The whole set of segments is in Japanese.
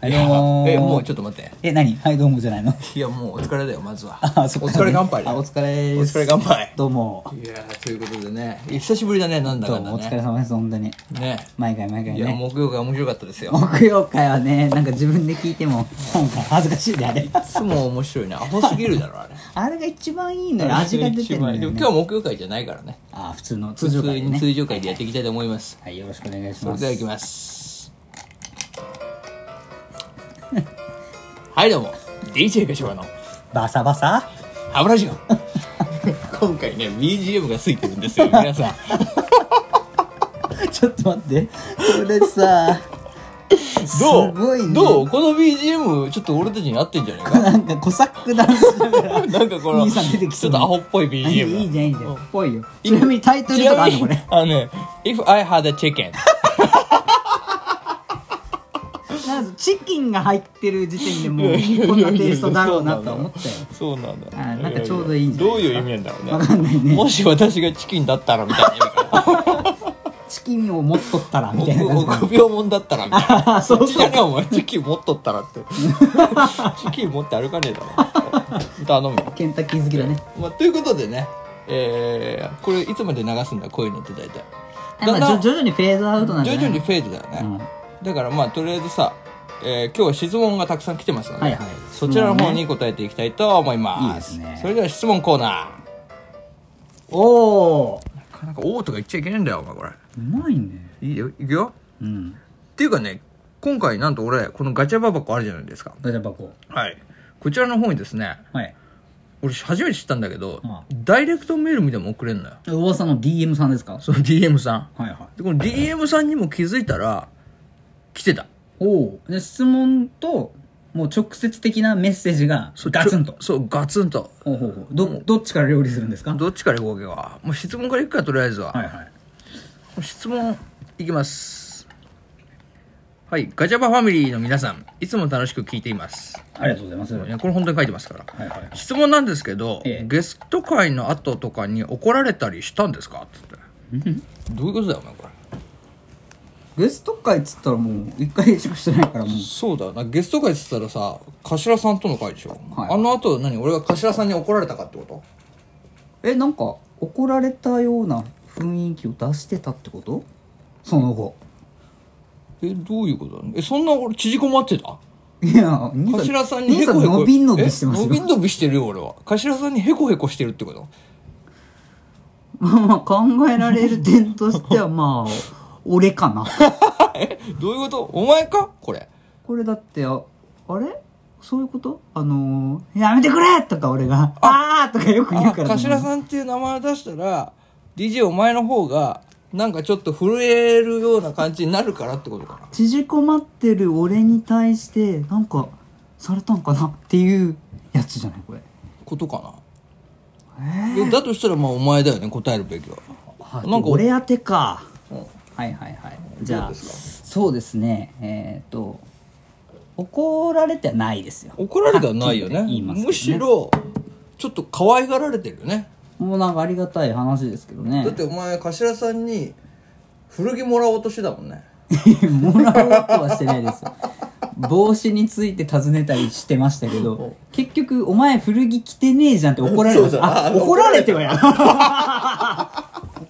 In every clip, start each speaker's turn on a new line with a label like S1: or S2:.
S1: はい、どうもー
S2: えもうちょっと待って
S1: え、何はい、どうもじゃないの。
S2: いやもうお疲れだよまずは
S1: あ、そっ
S2: お
S1: か
S2: 疲れ乾杯だ
S1: あ、
S2: よ
S1: お疲れです
S2: お疲れ乾杯
S1: どうも。
S2: いやーということでね久しぶりだねなんだ
S1: ど
S2: か
S1: うん
S2: だ
S1: も、お疲
S2: ね
S1: れ様です、本当に。
S2: ね
S1: 毎回毎回
S2: いや
S1: ね。
S2: 木曜が面白かったですよ
S1: 木曜会はね、なんか自分で聞いても、今回恥ずかしいで、あれ。
S2: いつも面白いねアホすぎるだろあれ
S1: あれが一番いいのよ、味が出てるの
S2: でも
S1: よ、ね。
S2: 今日は木曜会じゃないからね
S1: あ、普通の通
S2: 普
S1: 常
S2: 通
S1: 会で
S2: に
S1: ね。
S2: 通常会でやっていきたいと思います
S1: はい、よろしくお願いし
S2: そ
S1: ま
S2: れ
S1: す。
S2: ではいきますはいどうも DJ 柏の
S1: バサバサ
S2: 歯ブラシを今回ね BGM がついてるんですよ皆さん
S1: ちょっと待って。これさ、
S2: どう
S1: すごいね
S2: どうこの BGM ちょっと俺たちに合ってんじゃな いか
S1: なんかコサックダンスだから。
S2: なんかこの
S1: 兄さん出てき
S2: ち
S1: そう
S2: ょっとアホっぽい BGM
S1: いいじゃん、いいじゃんいいじゃん。ぽいよ。ちなみにタイトル
S2: ち
S1: とか
S2: な
S1: あ
S2: み
S1: るのこれ
S2: に。あのね「If I had a chicken
S1: なんかチキンが入ってる時点でもうこんなテイストだろうなとは思ったよ」
S2: そうなんだ
S1: あなんかちょうどいいんじゃ
S2: ど
S1: な
S2: う
S1: い
S2: い
S1: ですか
S2: う意味なんだろうね
S1: わかんないね
S2: もし私がチキンだったらみたいな意味かな
S1: チキンを持っとったら みたいな感じ
S2: 臆病者だったらみたいな
S1: あそうそう
S2: っちじゃねえお前チキン持っとった らってチキン持って歩かねえだろ頼むよ
S1: ケンタッキー好きだね
S2: まあ、ということでね、えー、これいつまで流すんだこういうのって大体
S1: あまあ
S2: だんだん
S1: 徐徐々にフェードアウトなんじゃ
S2: 徐
S1: ない
S2: 々にフェードだよね、
S1: うん
S2: だからまあとりあえずさ、えー今日は質問がたくさん来てますので、
S1: はいはい
S2: そちらの方に答えていきたいと思います,、
S1: いいですね
S2: それでは質問コーナ
S1: おお
S2: ーなかなか「おー」とか言っちゃいけないんだよお前こ
S1: うまいね
S2: れいいよいくよ
S1: うん
S2: っていうかね今回なんと俺このガチャバ箱あるじゃないですか
S1: ガチャ箱
S2: はいこちらの方にですね
S1: はい
S2: 俺初めて知ったんだけど、
S1: う
S2: ダイレクトメールみたいなの送れんのよ
S1: 噂の DM さんですか
S2: その DM さん
S1: はいはい
S2: でこの DM さんにも気づいたら来てた
S1: おおで質問ともう直接的なメッセージが
S2: そう
S1: ガツンと
S2: ちょそうガツンと
S1: ほうほうほうどどっちから料理するんですか
S2: どっちから行こうかもう質問からいくかとりあえずは、
S1: はいはい
S2: 質問いきますはいガチャバファミリーの皆さんいつも楽しく聞いています
S1: ありがとうございます
S2: い
S1: はい
S2: やこれ本当に書いてますから
S1: はいはい
S2: 質問なんですけど、
S1: ええ
S2: ゲスト会の後とかに怒られたりしたんですかってどういうことだよお前これ
S1: ゲスト会っつったらもう一回しかしてないからもう
S2: そうだよなゲスト会っつったらさ頭さんとの会でしょ、
S1: はい
S2: あのあと何俺が頭さんに怒られたかってこと
S1: えなんか怒られたような雰囲気を出してたってことその後
S2: えどういうことなのえそんな俺縮こまってた
S1: いや兄さん
S2: 頭さんに
S1: 兄
S2: へ
S1: さん
S2: こへこ
S1: 伸び伸びしてます
S2: え
S1: よ
S2: 伸び伸びしてるよ俺は頭さんにへこへこしてるってこと
S1: まあ 考えられる点としてはまあ 俺かな
S2: えどういうことお前かこれ
S1: これだってああれそういうことあのー「やめてくれ!」とか俺が「ああ!」とかよく言うから、
S2: 頭さんっていう名前を出したら DJ お前の方がなんかちょっと震えるような感じになるからってことかな
S1: 縮こまってる俺に対してなんかされたんかなっていうやつじゃないこれ
S2: ことかな、だとしたらまあお前だよね答えるべきは
S1: あ
S2: なんか
S1: 俺当てか、
S2: うん
S1: はいはいはいじゃ
S2: どう
S1: あ
S2: です
S1: そうですねえっ、と怒られてはないですよ
S2: 怒られてはないよね
S1: はっきり言いますけどね
S2: むしろちょっと可愛がられてるよね
S1: もうなんかありがたい話ですけどね
S2: だってお前頭さんに古着もらおうとしてたもんね
S1: もらおうとはしてないですよ帽子について尋ねたりしてましたけど結局「お前古着着てねえじゃん」って怒られ
S2: そうそう
S1: るあ
S2: あ
S1: 怒られてはや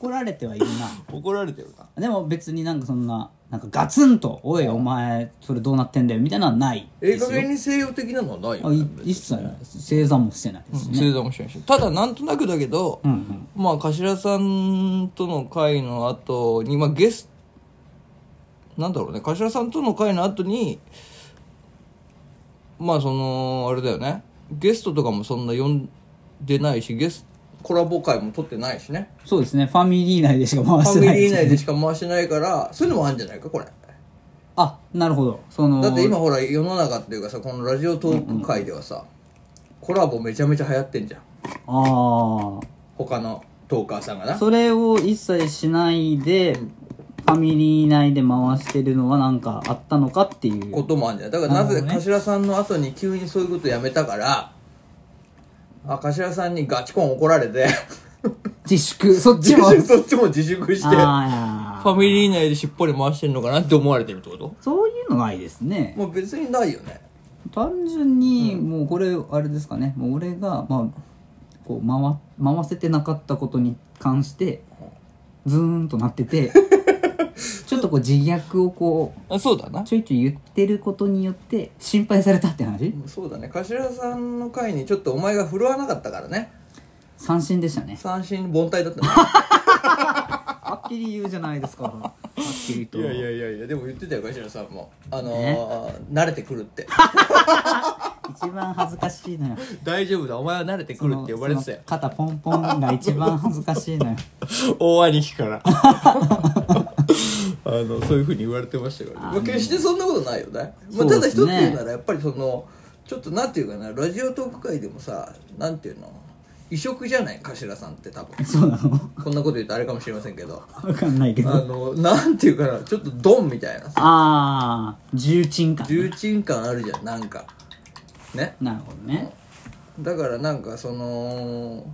S1: 怒られてはいるな
S2: 怒られてるな
S1: でも別になんかそんな、なんかガツンと、おいお前、それどうなってんだよみたいなのはない
S2: ええ
S1: で
S2: 加
S1: すよ。
S2: 減に西洋的なのはないよ
S1: あ
S2: ね
S1: い一切ないです。正座もしてないですね。
S2: 正座もしないしただなんとなくだけど、
S1: うんうん。
S2: まあ頭さんとの会の後にまあゲスなんだろうね頭さんとの会の後にまあそのあれだよねゲストとかもそんな呼んでないしゲスコラボ会も取ってないしね
S1: そうですね。ファミリー内でしか回
S2: フ
S1: して
S2: ァミ
S1: ない
S2: リ
S1: で
S2: ー
S1: すね、
S2: 内でしか回してないからそういうのもあるんじゃないかこれ
S1: あ、なるほど。その、
S2: だって今ほら世の中っていうかさこのラジオトーク界ではさ、コラボめちゃめちゃ流行ってんじゃん
S1: あ
S2: 他のトーカーさんが
S1: あ。
S2: な
S1: それを一切しないで、ファミリー内で回してるのはなんかあったのかってい
S2: こ
S1: う。
S2: ともあるんじゃないだからなぜ
S1: なるほど
S2: 頭さんの後に急にそういうことやめたからあ頭さんにガチコン怒られ て
S1: 自粛、そっちも。
S2: そっちも自粛してフ
S1: ああ。
S2: ァミリー内でしっぽり回してんのかなって思われてるってこと
S1: そういうのないですね
S2: もう別にないよね
S1: 単純にもうこれあれですかね、もう俺がまあこう回回せてなかったことに関してズーンとなって てちょっとこう自虐をこ
S2: あそうだな
S1: うちょいちょい言ってることによって心配されたって話
S2: そうだね頭さんの回にちょっとお前が振るわなかったからね
S1: 三振でしたね
S2: 三振凡退だったね
S1: はっきり言うじゃないですかはっきりと
S2: いやいやでも言ってたよ頭さんもあのー慣れてくるって
S1: 一番恥ずかしいのよ
S2: 大丈夫だお前は慣れてくるって呼ばれてたよ
S1: その肩ポンポンが一番恥ずかしいのよ
S2: 大兄貴から あのそういうふうに言われてましたから、ねまあ、決してそんなことないよねまあ、
S1: そ
S2: た
S1: う
S2: だ
S1: で
S2: 一つ
S1: すね
S2: 言うならやっぱりそのちょっとなんていうかなラジオトーク界でもさなんていうの異色じゃない頭さんって多分
S1: そうなの
S2: こんなこと言うとあれかもしれませんけど
S1: わかんないけ
S2: あ
S1: ど
S2: のなんていうかなちょっとドンみたいなさ
S1: ああ重鎮感
S2: 重鎮感あるじゃんなんかね
S1: なるほどね
S2: だからなんかその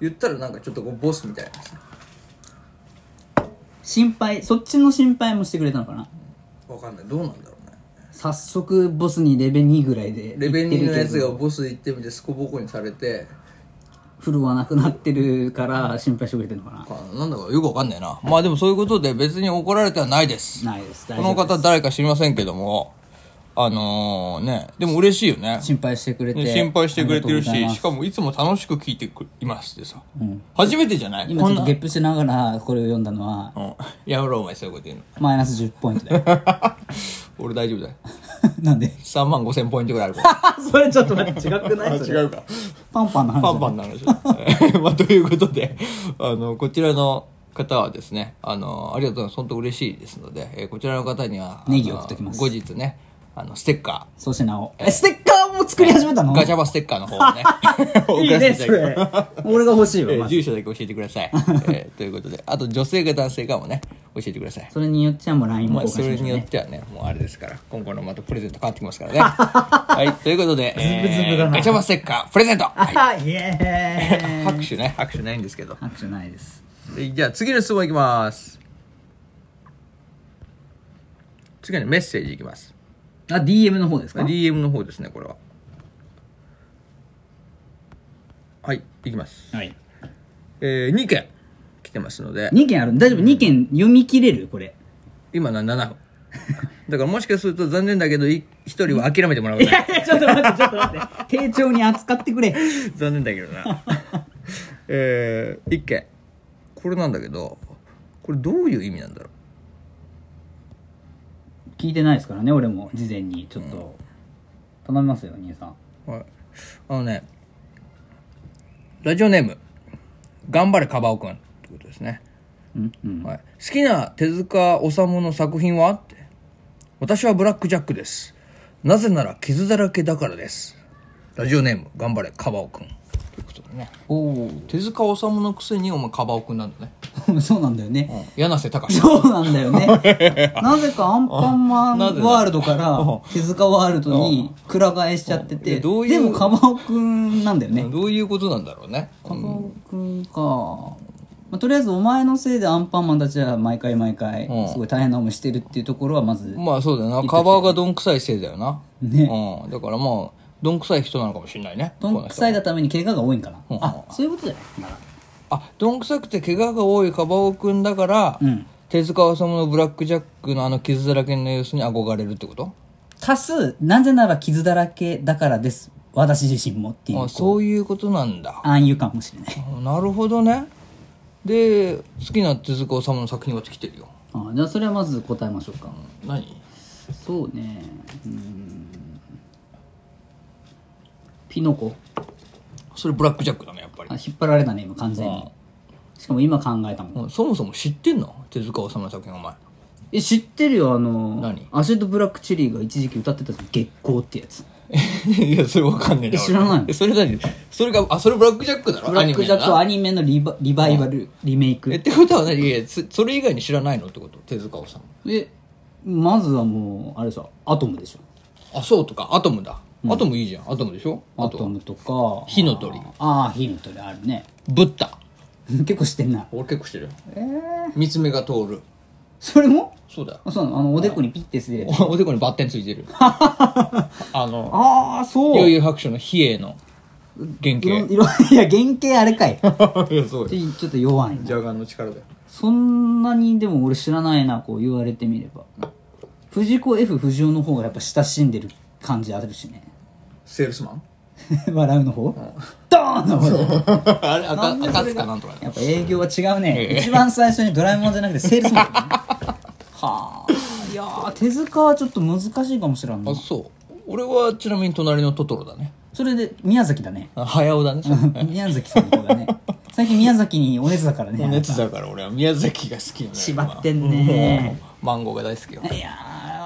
S2: 言ったらなんかちょっとこうボスみたいなさ
S1: 心配そっちの心配もしてくれたのかな
S2: わかんないどうなんだろうね
S1: 早速ボスにレベ2ぐらいで
S2: レベニーのや
S1: 行
S2: つ
S1: ってるけ
S2: が
S1: ど
S2: ボス行ってみてスコボコにされて
S1: 振るわなくなってるから心配してくれてるのかな
S2: かなんだかよくわかんないなまあでもそういうことで別に怒られてはないです
S1: ないです大丈
S2: この
S1: 夫です
S2: 方誰か知りませんけどもあのねでも嬉しいよね
S1: 心配してくれて
S2: 心配してくれてる
S1: ありがとうござい
S2: し
S1: ます
S2: しかもいつも楽しく聞いてくいますってさ、
S1: ん
S2: 初めてじゃない
S1: 今
S2: こ
S1: ちょ
S2: ん
S1: っ
S2: な
S1: とゲップしながらこれを読んだのは
S2: うんやめろお前そういうこと言うの
S1: マイナス10ポイントだ よ
S2: 俺大丈夫だよ
S1: なんで
S2: 3万5千ポイントぐらいあるから
S1: それちょっと待って違く ないそれ
S2: うか
S1: パンパンの話だ
S2: パンパンな話だえまあということで あのこちらの方はですねあのありがとうございます本当嬉しいですので、えーこちらの方にはあの
S1: ネギを送っときます
S2: 後日ねあのステッカ
S1: 粗品をえステッカーも作り始めた
S2: ー
S1: の
S2: ガチャバステッカーの方をね 送
S1: いい
S2: らせ
S1: ね
S2: てい
S1: そ
S2: ただ
S1: れ
S2: きます
S1: 俺が欲しいわ、
S2: えー
S1: まず
S2: 住所だけ教えてください、えーということであと女性か男性かもね教えてください
S1: それによっちゃもう LINE も
S2: まあ、
S1: 交換
S2: そ
S1: し
S2: れ
S1: ましょう
S2: によ
S1: ね
S2: ってはね、もうあれですから、今後のまたプレゼント変わってきますからね。はい、ということで、えーガチャバステッカー、プレゼント
S1: あはイエ ーイ
S2: 拍手ね、拍手ないんですけど。
S1: 拍手ないです
S2: でじゃあ次の質問いきます次のメッセージいきます
S1: あ DM の方ですか
S2: DM の方ですねこれははいいきます
S1: はい
S2: えー、2件来てますので
S1: 2件ある大丈夫2件読み切れるこれ
S2: 今のは7分 だからもしかすると残念だけど1人は諦めてもらうことない
S1: ちょっと待ってちょっと待って丁重に扱ってくれ
S2: 残念だけどなえー、1件これなんだけどこれどういう意味なんだろう
S1: 聞いてないですからね俺も事前にちょっと頼みますよ兄さん
S2: はい。あのね、ラジオネーム、頑張れカバオくんってことですね。
S1: うんうん
S2: はい、好きな手塚治虫の作品はって。私はブラックジャックです。なぜなら傷だらけだからです。ラジオネーム、頑張れカバオくん。ということでね。
S1: おお
S2: 手塚治虫のくせにお前カバオくんなんだね。
S1: ーそうなんだよね
S2: 柳瀬 隆
S1: そうなんだよねなぜかアンパンマン
S2: なぜだ
S1: ワールドから手塚ワールドにくら替えしちゃって
S2: うんい
S1: て
S2: やどういう
S1: でもカバオくんなんだよね
S2: どういうことなんだろうね。
S1: カバオくんか、まあ、とりあえずお前のせいでアンパンマンたちは毎回毎回
S2: うん
S1: すごい大変な思いしてるっていうところはまず、
S2: まあそうだよな。カバオがどんくさいせいだよな。
S1: ね
S2: うん。だからまあ、どんくさい人なのかもしれないね。
S1: どんくさいがために怪我が多いんかな、
S2: うん
S1: あそういうことじゃないなら
S2: あどんくさくて怪我が多いカバオくんだから、
S1: うん
S2: 手塚治虫のブラック・ジャックのあの傷だらけの様子に憧れるってこと
S1: 多数なぜなら傷だらけだからです私自身もっていう
S2: あそういうことなんだ
S1: 暗喩かもしれない
S2: なるほどねで好きな手塚治虫の作品は来てるよ
S1: あじゃあそれはまず答えましょうか、
S2: 何
S1: そうねうんピノコ
S2: それブラック・ジャックだねやっぱり
S1: あ、引っ張られたね今完全にしかも今考えたもん
S2: うんそもそも知ってんの手塚治虫の作品お前
S1: え知ってるよあの
S2: 何
S1: アシッドブラックチェリーが一時期歌ってたじゃん月光ってやつ
S2: いやそれわかんねえな
S1: え知らないの
S2: 俺それ何それがあそれブラック・ジャックだろ
S1: ブラックジャック
S2: ア
S1: ア
S2: ニメ
S1: ニメのリバリバイバル、リメイ
S2: だなえ
S1: ク
S2: ってことは何いやつそれ以外に知らないのってこと手塚治虫
S1: えまずはもうあれさアトムでしょ
S2: あそうとかアトムだ、アトムいいじゃんアトムでしょ
S1: ア
S2: あと
S1: トムとか
S2: 火の鳥
S1: ああ火の鳥あるね
S2: ブッダ
S1: 結構知ってんな
S2: 俺結構してるよ、三つ目が通る
S1: それも
S2: そうだよ
S1: あそうなのあのおでこにピッてすれる
S2: おおでこにバッテンついてる あの
S1: ああそう
S2: 悠々白書の比叡の原
S1: いろ
S2: 型
S1: いろいや原型あれかい
S2: いや そう
S1: ちょちょっと弱いな
S2: ジャガーの力だよ
S1: そんなにでも俺知らないなこう言われてみれば藤子 F 不二雄の方がやっぱ親しんでる感じあるしね
S2: セールスマン
S1: 笑うの方ドーンの方だ
S2: あれ赤
S1: なんでそ
S2: 赤
S1: れ
S2: 塚
S1: が
S2: なんとかね
S1: やっぱ営業は違うね、一番最初にドラえもんじゃなくてセールスマンだね はあいやー手塚はちょっと難しいかもしれんな
S2: あそう俺はちなみに隣のトトロだね
S1: それで宮崎だね
S2: あ早尾だねそれ
S1: 宮崎さんの方がね最近宮崎にお熱だからね
S2: 熱だから俺は宮崎が好きなのよ
S1: 縛ってんね
S2: マンゴーが大好きよ
S1: いや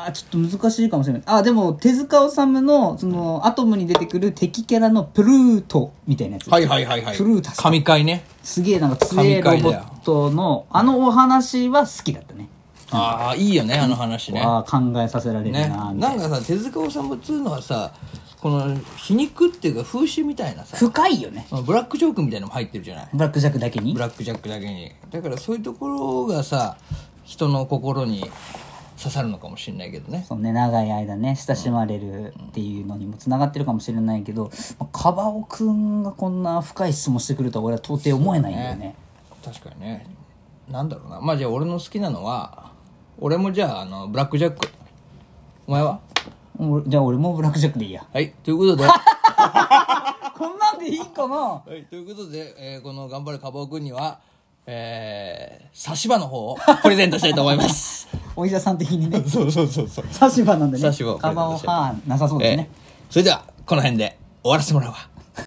S1: ーちょっと難しいかもしれないあでも手塚治虫のそのアトムに出てくる敵キャラのプルートみたいなやつ、
S2: はいはいはいはい
S1: フルータス
S2: 神回ね
S1: すげえなんか強えロボットのあのお話は好きだったね
S2: ああいいよねあの話ね
S1: ああ考えさせられる
S2: ね
S1: なみた
S2: ないん
S1: な、
S2: かさ手塚治虫っつうのはさこの皮肉っていうか風刺みたいなさ
S1: 深いよね
S2: ブラックジョークみたいなのも入ってるじゃない
S1: ブラックジャックだけに
S2: ブラックジャックだけにだからそういうところがさ人の心に刺さるのかもしれないけどね
S1: そうね長い間ね親しまれるっていうのにもつながってるかもしれないけど、まあ、カバオくんがこんな深い質問してくるとは俺は到底思えないんだよね
S2: 確かにねなんだろうなまあじゃあ俺の好きなのは俺もじゃああのブラックジャックお前は
S1: 俺じゃあ俺もブラックジャックでいいや
S2: はいということで
S1: こんなんでいいかな
S2: はい、ということで、えーこの「頑張れカバオくん」にはえー、差し歯の方をプレゼントしたいと思います
S1: お医者さん的にね
S2: そうそうそう そう
S1: 差し歯なんでね
S2: 差し歯をプレゼント
S1: カバオ
S2: したい
S1: 歯なさそうですね、
S2: えーそれではこの辺で終わらせてもらうわ